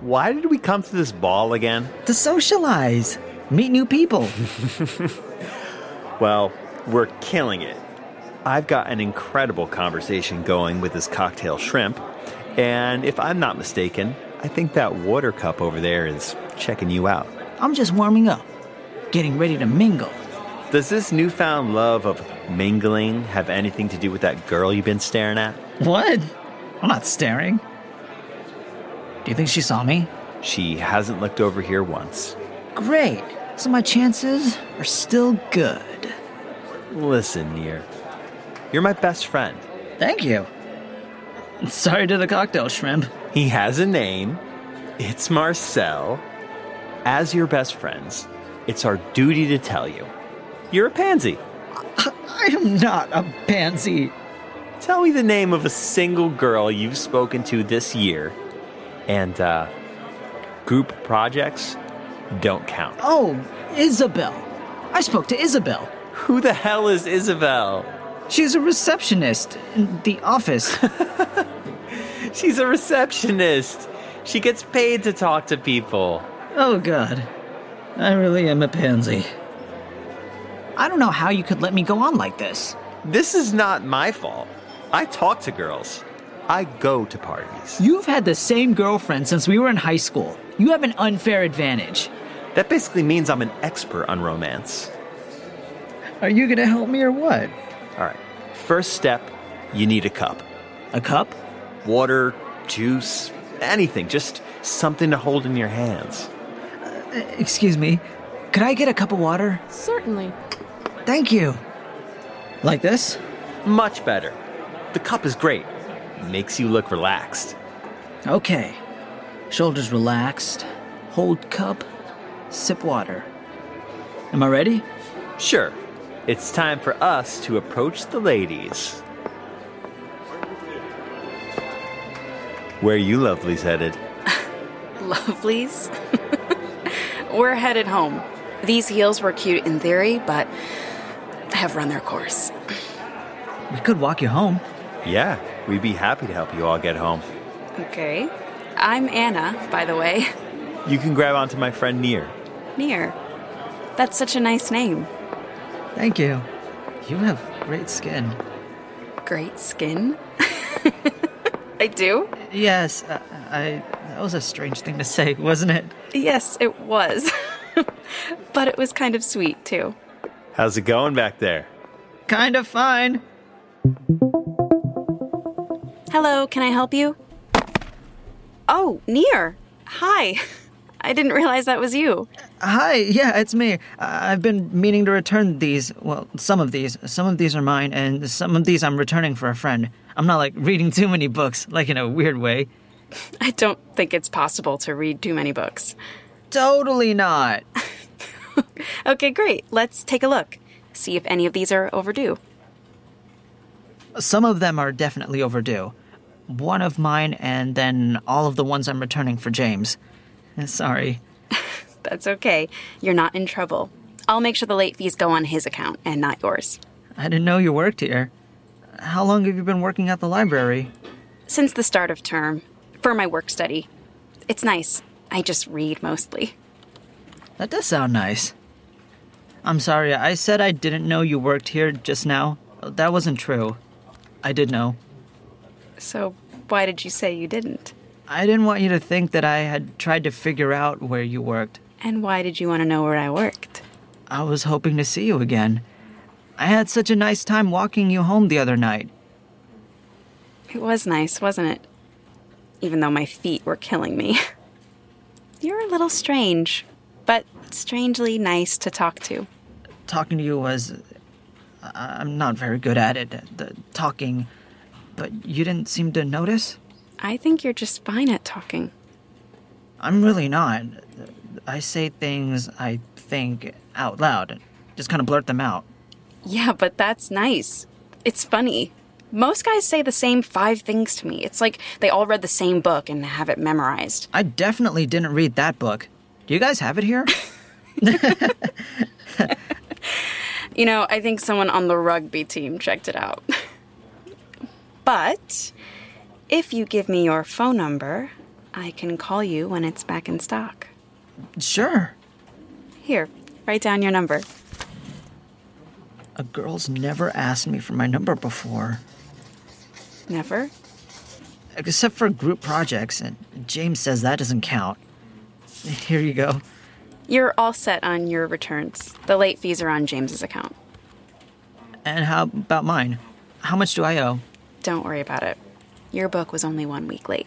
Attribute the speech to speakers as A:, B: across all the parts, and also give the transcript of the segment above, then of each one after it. A: why did we come to this ball again?
B: To socialize, meet new people.
A: Well, we're killing it. I've got an incredible conversation going with this cocktail shrimp. And if I'm not mistaken, I think that water cup over there is checking you out.
B: I'm just warming up, getting ready to mingle.
A: Does this newfound love of mingling have anything to do with that girl you've been staring at?
B: What? I'm not staring. Do you think she saw me?
A: She hasn't looked over here once.
B: Great. So my chances are still good.
A: Listen, Nier. You're my best friend.
B: Thank you. Sorry to the cocktail shrimp.
A: He has a name. It's Marcel. As your best friends, it's our duty to tell you. You're a pansy.
B: I am not a pansy.
A: Tell me the name of a single girl you've spoken to this year. And uh, group projects don't count.
B: Oh, Isabel. I spoke to Isabel.
A: Who the hell is Isabel?
B: She's a receptionist in the office.
A: She's a receptionist. She gets paid to talk to people.
B: oh, God. I really am a pansy. I don't know how you could let me go on like this.
A: This is not my fault. I talk to girls. I go to parties.
B: You've had the same girlfriend since we were in high school. You have an unfair advantage.
A: That basically means I'm an expert on romance.
B: Are you gonna help me or what?
A: All right. First step, you need a cup.
B: A cup?
A: Water, juice, anything. Just something to hold in your hands.
B: Excuse me. Could I get a cup of water?
C: Certainly.
B: Thank you. Like this?
A: Much better. The cup is great. Makes you look relaxed.
B: Okay. Shoulders relaxed. Hold cup. Sip water. Am I ready?
A: Sure. It's time for us to approach the ladies. Where you lovelies headed?
C: Lovelies. We're headed home. These heels were cute in theory, but have run their course.
B: We could walk you home.
A: Yeah, we'd be happy to help you all get home.
C: Okay. I'm Anna, by the way.
A: You can grab onto my friend Nier.
C: Near. That's such a nice name.
B: Thank you. You have great skin.
C: Great skin. I do?
B: Yes, I, I. That was a strange thing to say, wasn't it?
C: Yes, it was. but it was kind of sweet, too.
A: How's it going back there?
B: Kind of fine.
C: Hello, can I help you? Oh, Near. Hi. I didn't realize that was you.
B: Hi, yeah, it's me. I- I've been meaning to return these. Well, some of these. Some of these are mine, and some of these I'm returning for a friend. I'm not like reading too many books, like in a weird way.
C: I don't think it's possible to read too many books.
B: Totally not.
C: Okay, great. Let's take a look. See if any of these are overdue.
B: Some of them are definitely overdue. One of mine, and then all of the ones I'm returning for James. Eh, Sorry.
C: That's okay. You're not in trouble. I'll make sure the late fees go on his account and not yours.
B: I didn't know you worked here. How long have you been working at the library?
C: Since the start of term, for my work study, it's nice. I just read mostly.
B: That does sound nice. I'm sorry, I said I didn't know you worked here just now. That wasn't true. I did know.
C: So, why did you say you didn't?
B: I didn't want you to think that I had tried to figure out where you worked.
C: And why did you want to know where I worked?
B: I was hoping to see you again. I had such a nice time walking you home the other night.
C: It was nice, wasn't it? Even though my feet were killing me. You're a little strange, but strangely nice to talk to.
B: Talking to you was. I- I'm not very good at it, the talking, but you didn't seem to notice?
C: I think you're just fine at talking.
B: I'm really not. I say things I think out loud, just kind of blurt them out.
C: Yeah, but that's nice. It's funny. Most guys say the same five things to me. It's like they all read the same book and have it memorized.
B: I definitely didn't read that book. Do you guys have it here?
C: You know, I think someone on the rugby team checked it out. but if you give me your phone number, I can call you when it's back in stock.
B: Sure.
C: Here, write down your number.
B: A girl's never asked me for my number before,
C: Never?
B: except for group projects, and James says that doesn't count. Here you go.
C: You're all set on your returns. The late fees are on James's account.
B: And how about mine? How much do I owe?
C: Don't worry about it. Your book was only one week late.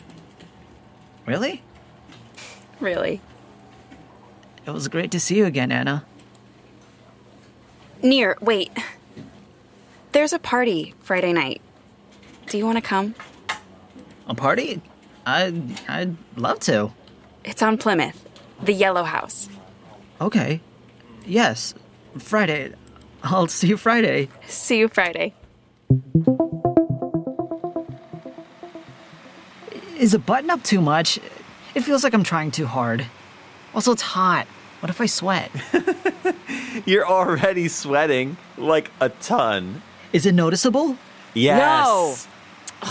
B: Really?
C: Really?
B: It was great to see you again, Anna.
C: Near, wait. There's a party Friday night. Do you want to come?
B: A party? I I'd love to.
C: It's on Plymouth, the Yellow House.
B: Okay. Yes. Friday. I'll see you Friday.
C: See you Friday.
B: Is a button up too much? It feels like I'm trying too hard. Also, it's hot. What if I sweat?
A: You're already sweating like a ton.
B: Is it noticeable?
A: Yes.
D: No.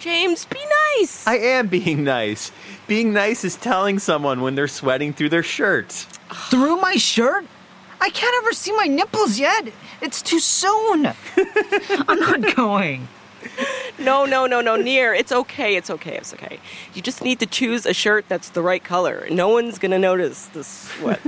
D: James, be nice.
A: I am being nice. Being nice is telling someone when they're sweating through their shirt.
B: Through my shirt? I can't ever see my nipples yet. It's too soon. I'm not going.
D: no, no, no, no, near. It's okay. It's okay. It's okay. You just need to choose a shirt that's the right color. No one's gonna notice the sweat.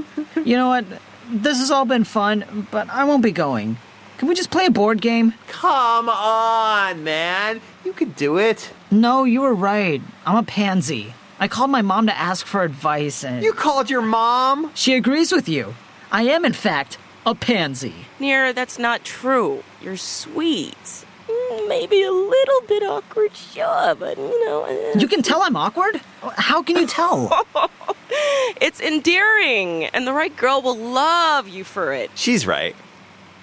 B: You know what? This has all been fun, but I won't be going. Can we just play a board game?
A: Come on, man. You can do it.
B: No, you were right. I'm a pansy. I called my mom to ask for advice and
A: You called your mom?
B: she agrees with you. I am in fact a pansy.
D: near, that's not true. You're sweet. Mm, Maybe a little bit awkward, sure, but you know. eh.
B: You can tell I'm awkward? How can you tell?
D: It's endearing, and the right girl will love you for it.
A: She's right.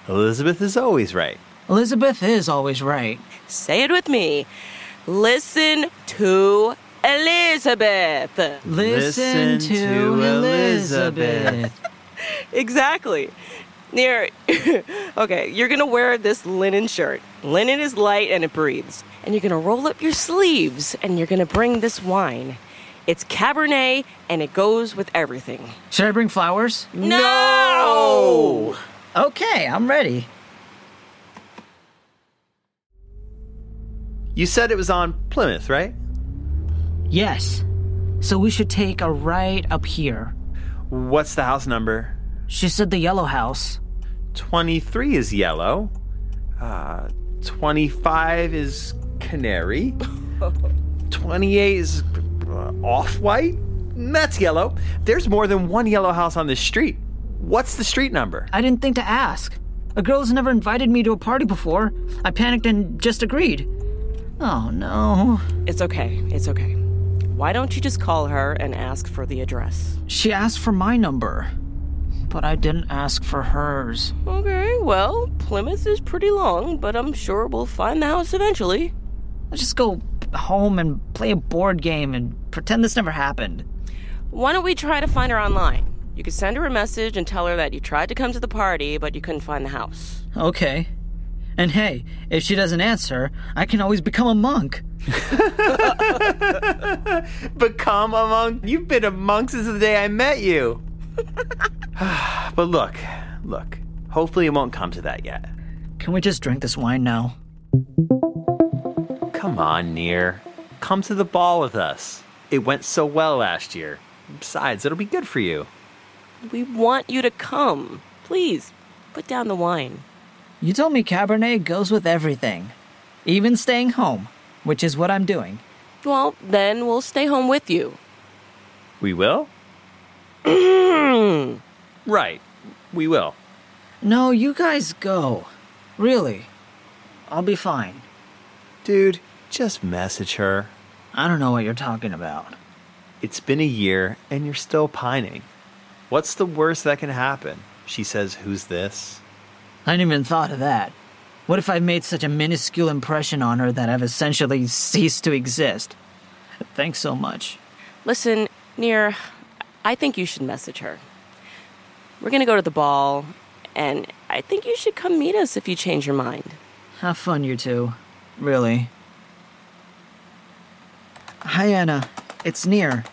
A: Elizabeth is always right.
B: Elizabeth is always right.
D: Say it with me. Listen to Elizabeth.
B: Listen,
A: Listen
B: to,
A: to
B: Elizabeth.
D: Exactly. Near. okay, you're gonna wear this linen shirt. Linen is light and it breathes. And you're gonna roll up your sleeves and you're gonna bring this wine. It's Cabernet and it goes with everything.
B: Should I bring flowers?
D: No!
B: Okay, I'm ready.
A: You said it was on Plymouth, right?
B: Yes. So we should take a right up here.
A: What's the house number?
B: She said the yellow house.
A: 23 is yellow. Uh, 25 is canary. 28 is off white. That's yellow. There's more than one yellow house on this street. What's the street number?
B: I didn't think to ask. A girl's never invited me to a party before. I panicked and just agreed. Oh no.
D: It's okay, it's okay. Why don't you just call her and ask for the address?
B: She asked for my number, but I didn't ask for hers.
D: Okay, well, Plymouth is pretty long, but I'm sure we'll find the house eventually.
B: Let's just go home and play a board game and pretend this never happened.
D: Why don't we try to find her online? You could send her a message and tell her that you tried to come to the party, but you couldn't find the house.
B: Okay. And hey, if she doesn't answer, I can always become a monk.
A: Become a monk? You've been a monk since the day I met you. but look, look. Hopefully, it won't come to that yet.
B: Can we just drink this wine now?
A: Come on, Near. Come to the ball with us. It went so well last year. Besides, it'll be good for you.
D: We want you to come. Please, put down the wine.
B: You told me Cabernet goes with everything, even staying home, which is what I'm doing.
D: Well, then we'll stay home with you.
A: We will? right. We will.
B: No, you guys go. Really. I'll be fine.
A: Dude, just message her.
B: I don't know what you're talking about.
A: It's been a year and you're still pining. What's the worst that can happen? She says, Who's this?
B: I hadn't even thought of that. What if I made such a minuscule impression on her that I've essentially ceased to exist? Thanks so much.
D: Listen, Near, I think you should message her. We're going to go to the ball, and I think you should come meet us if you change your mind.
B: Have fun, you two. Really. Hi, Anna. It's near.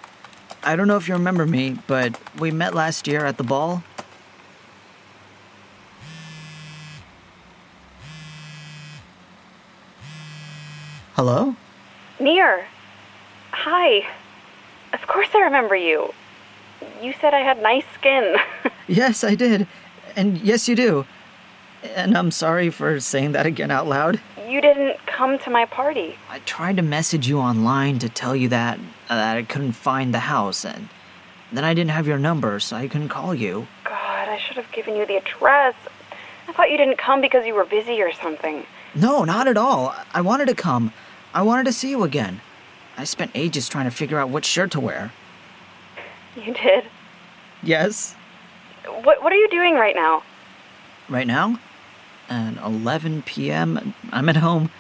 B: I don't know if you remember me, but we met last year at the ball. Hello?
E: Near. Hi. Of course I remember you. You said I had nice skin.
B: Yes, I did. And yes, you do. And I'm sorry for saying that again out loud.
E: you didn't come to my party.
B: I tried to message you online to tell you that, that I couldn't find the house, and then I didn't have your number, so I couldn't call you.
E: God, I should have given you the address. I thought you didn't come because you were busy or something.
B: No, not at all. I wanted to come. I wanted to see you again. I spent ages trying to figure out what shirt to wear.
E: You did.
B: Yes.
E: What what are you doing right now?
B: Right now? At 11 p.m., I'm at home.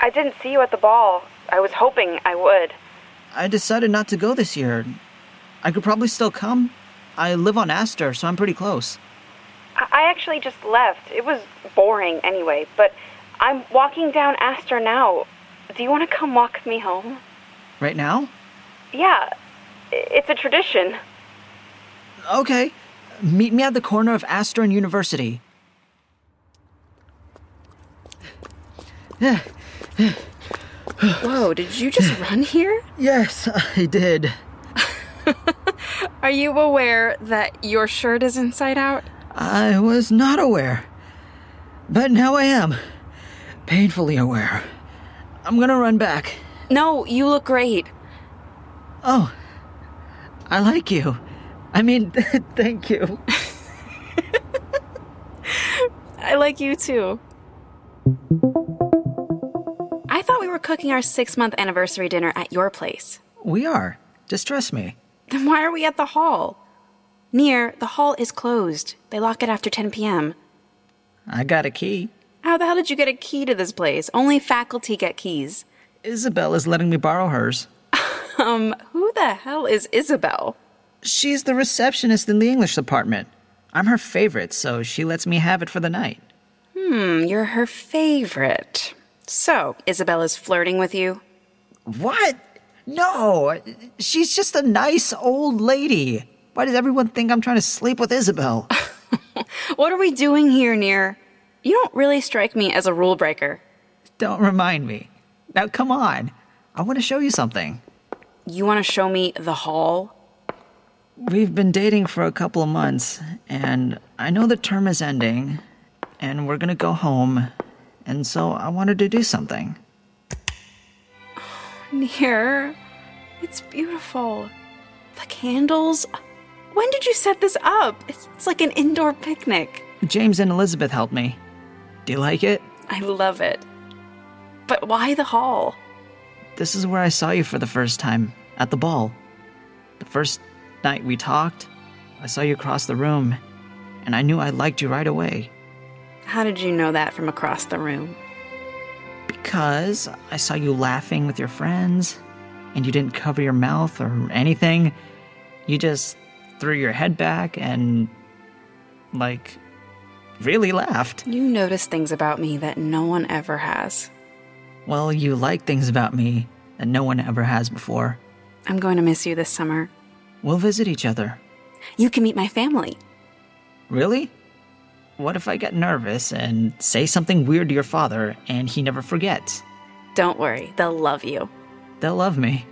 E: I didn't see you at the ball. I was hoping I would.
B: I decided not to go this year. I could probably still come. I live on Astor, so I'm pretty close.
E: I, I actually just left. It was boring anyway, but I'm walking down Astor now. Do you want to come walk with me home?
B: Right now?
E: Yeah. i- It's a tradition.
B: Okay. Meet me at the corner of Astor and University.
C: Whoa, did you just run here?
B: Yes, I did.
C: Are you aware that your shirt is inside out?
B: I was not aware. But now I am. Painfully aware. I'm gonna run back.
C: No, you look great.
B: Oh, I like you. I mean, thank you.
C: I like you too. I thought we were cooking our six month anniversary dinner at your place.
B: We are. Just trust me.
C: Then why are we at the hall? Near, the hall is closed. They lock it after 10 p.m.
B: I got a key.
C: How the hell did you get a key to this place? Only faculty get keys.
B: Isabel is letting me borrow hers.
C: Um, who the hell is Isabel?
B: She's the receptionist in the English department. I'm her favorite, so she lets me have it for the night.
C: Hmm, you're her favorite. So, Isabel is flirting with you?
B: What? No, she's just a nice old lady. Why does everyone think I'm trying to sleep with Isabel?
C: What are we doing here, Near? You don't really strike me as a rule breaker.
B: Don't remind me. Now, come on. I want to show you something.
C: You want to show me the hall?
B: We've been dating for a couple of months, and I know the term is ending, and we're going to go home, and so I wanted to do something.
C: Near, it's beautiful. The candles. When did you set this up? It's, it's like an indoor picnic.
B: James and Elizabeth helped me. Do you like it?
C: I love it. But why the hall?
B: This is where I saw you for the first time at the ball. The first night we talked, I saw you across the room, and I knew I liked you right away
C: How did you know that from across the room?
B: because I saw you laughing with your friends, and you didn't cover your mouth or anything. You just threw your head back and, like, really laughed.
C: You notice things about me that no one ever has.
B: Well, you like things about me that no one ever has before.
C: I'm going to miss you this summer.
B: We'll visit each other.
C: You can meet my family.
B: Really? What if I get nervous and say something weird to your father and he never forgets?
C: Don't worry, they'll love you.
B: They'll love me.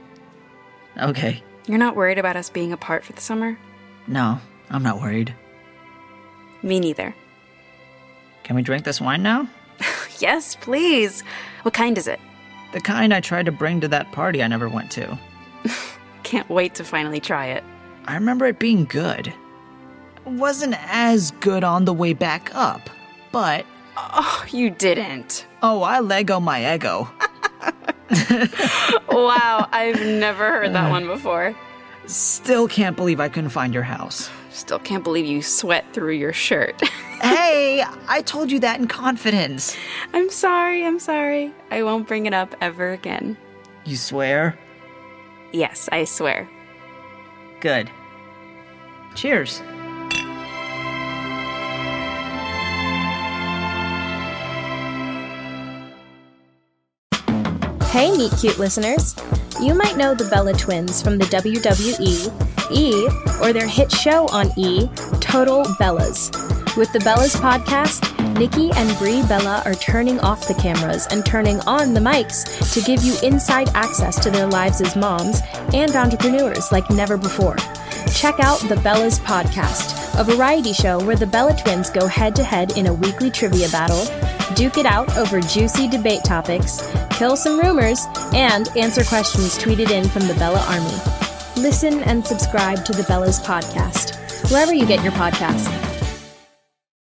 B: Okay.
C: You're not worried about us being apart for the summer?
B: No, I'm not worried.
C: Me neither.
B: Can we drink this wine now?
C: Yes, please. What kind is it?
B: The kind I tried to bring to that party I never went to.
C: Can't wait to finally try it.
B: I remember it being good. It wasn't as good on the way back up, but
C: Oh, you didn't.
B: oh, I Lego my ego.
C: Wow, I've never heard that one before.
B: Still can't believe I couldn't find your house.
C: Still can't believe you sweat through your shirt.
B: hey, I told you that in confidence.
C: I'm sorry, I'm sorry. I won't bring it up ever again.
B: You swear?
C: Yes, I swear.
B: Good. Cheers.
F: Hey, Meet Cute listeners! You might know the Bella Twins from the WWE, E, or their hit show on E, Total Bellas. With the Bellas podcast, Nikki and Brie Bella are turning off the cameras and turning on the mics to give you inside access to their lives as moms and entrepreneurs like never before. Check out the Bellas podcast, a variety show where the Bella Twins go head to head in a weekly trivia battle duke it out over juicy debate topics, kill some rumors, and answer questions tweeted in from the Bella Army. Listen and subscribe to the Bella's podcast, wherever you get your podcasts.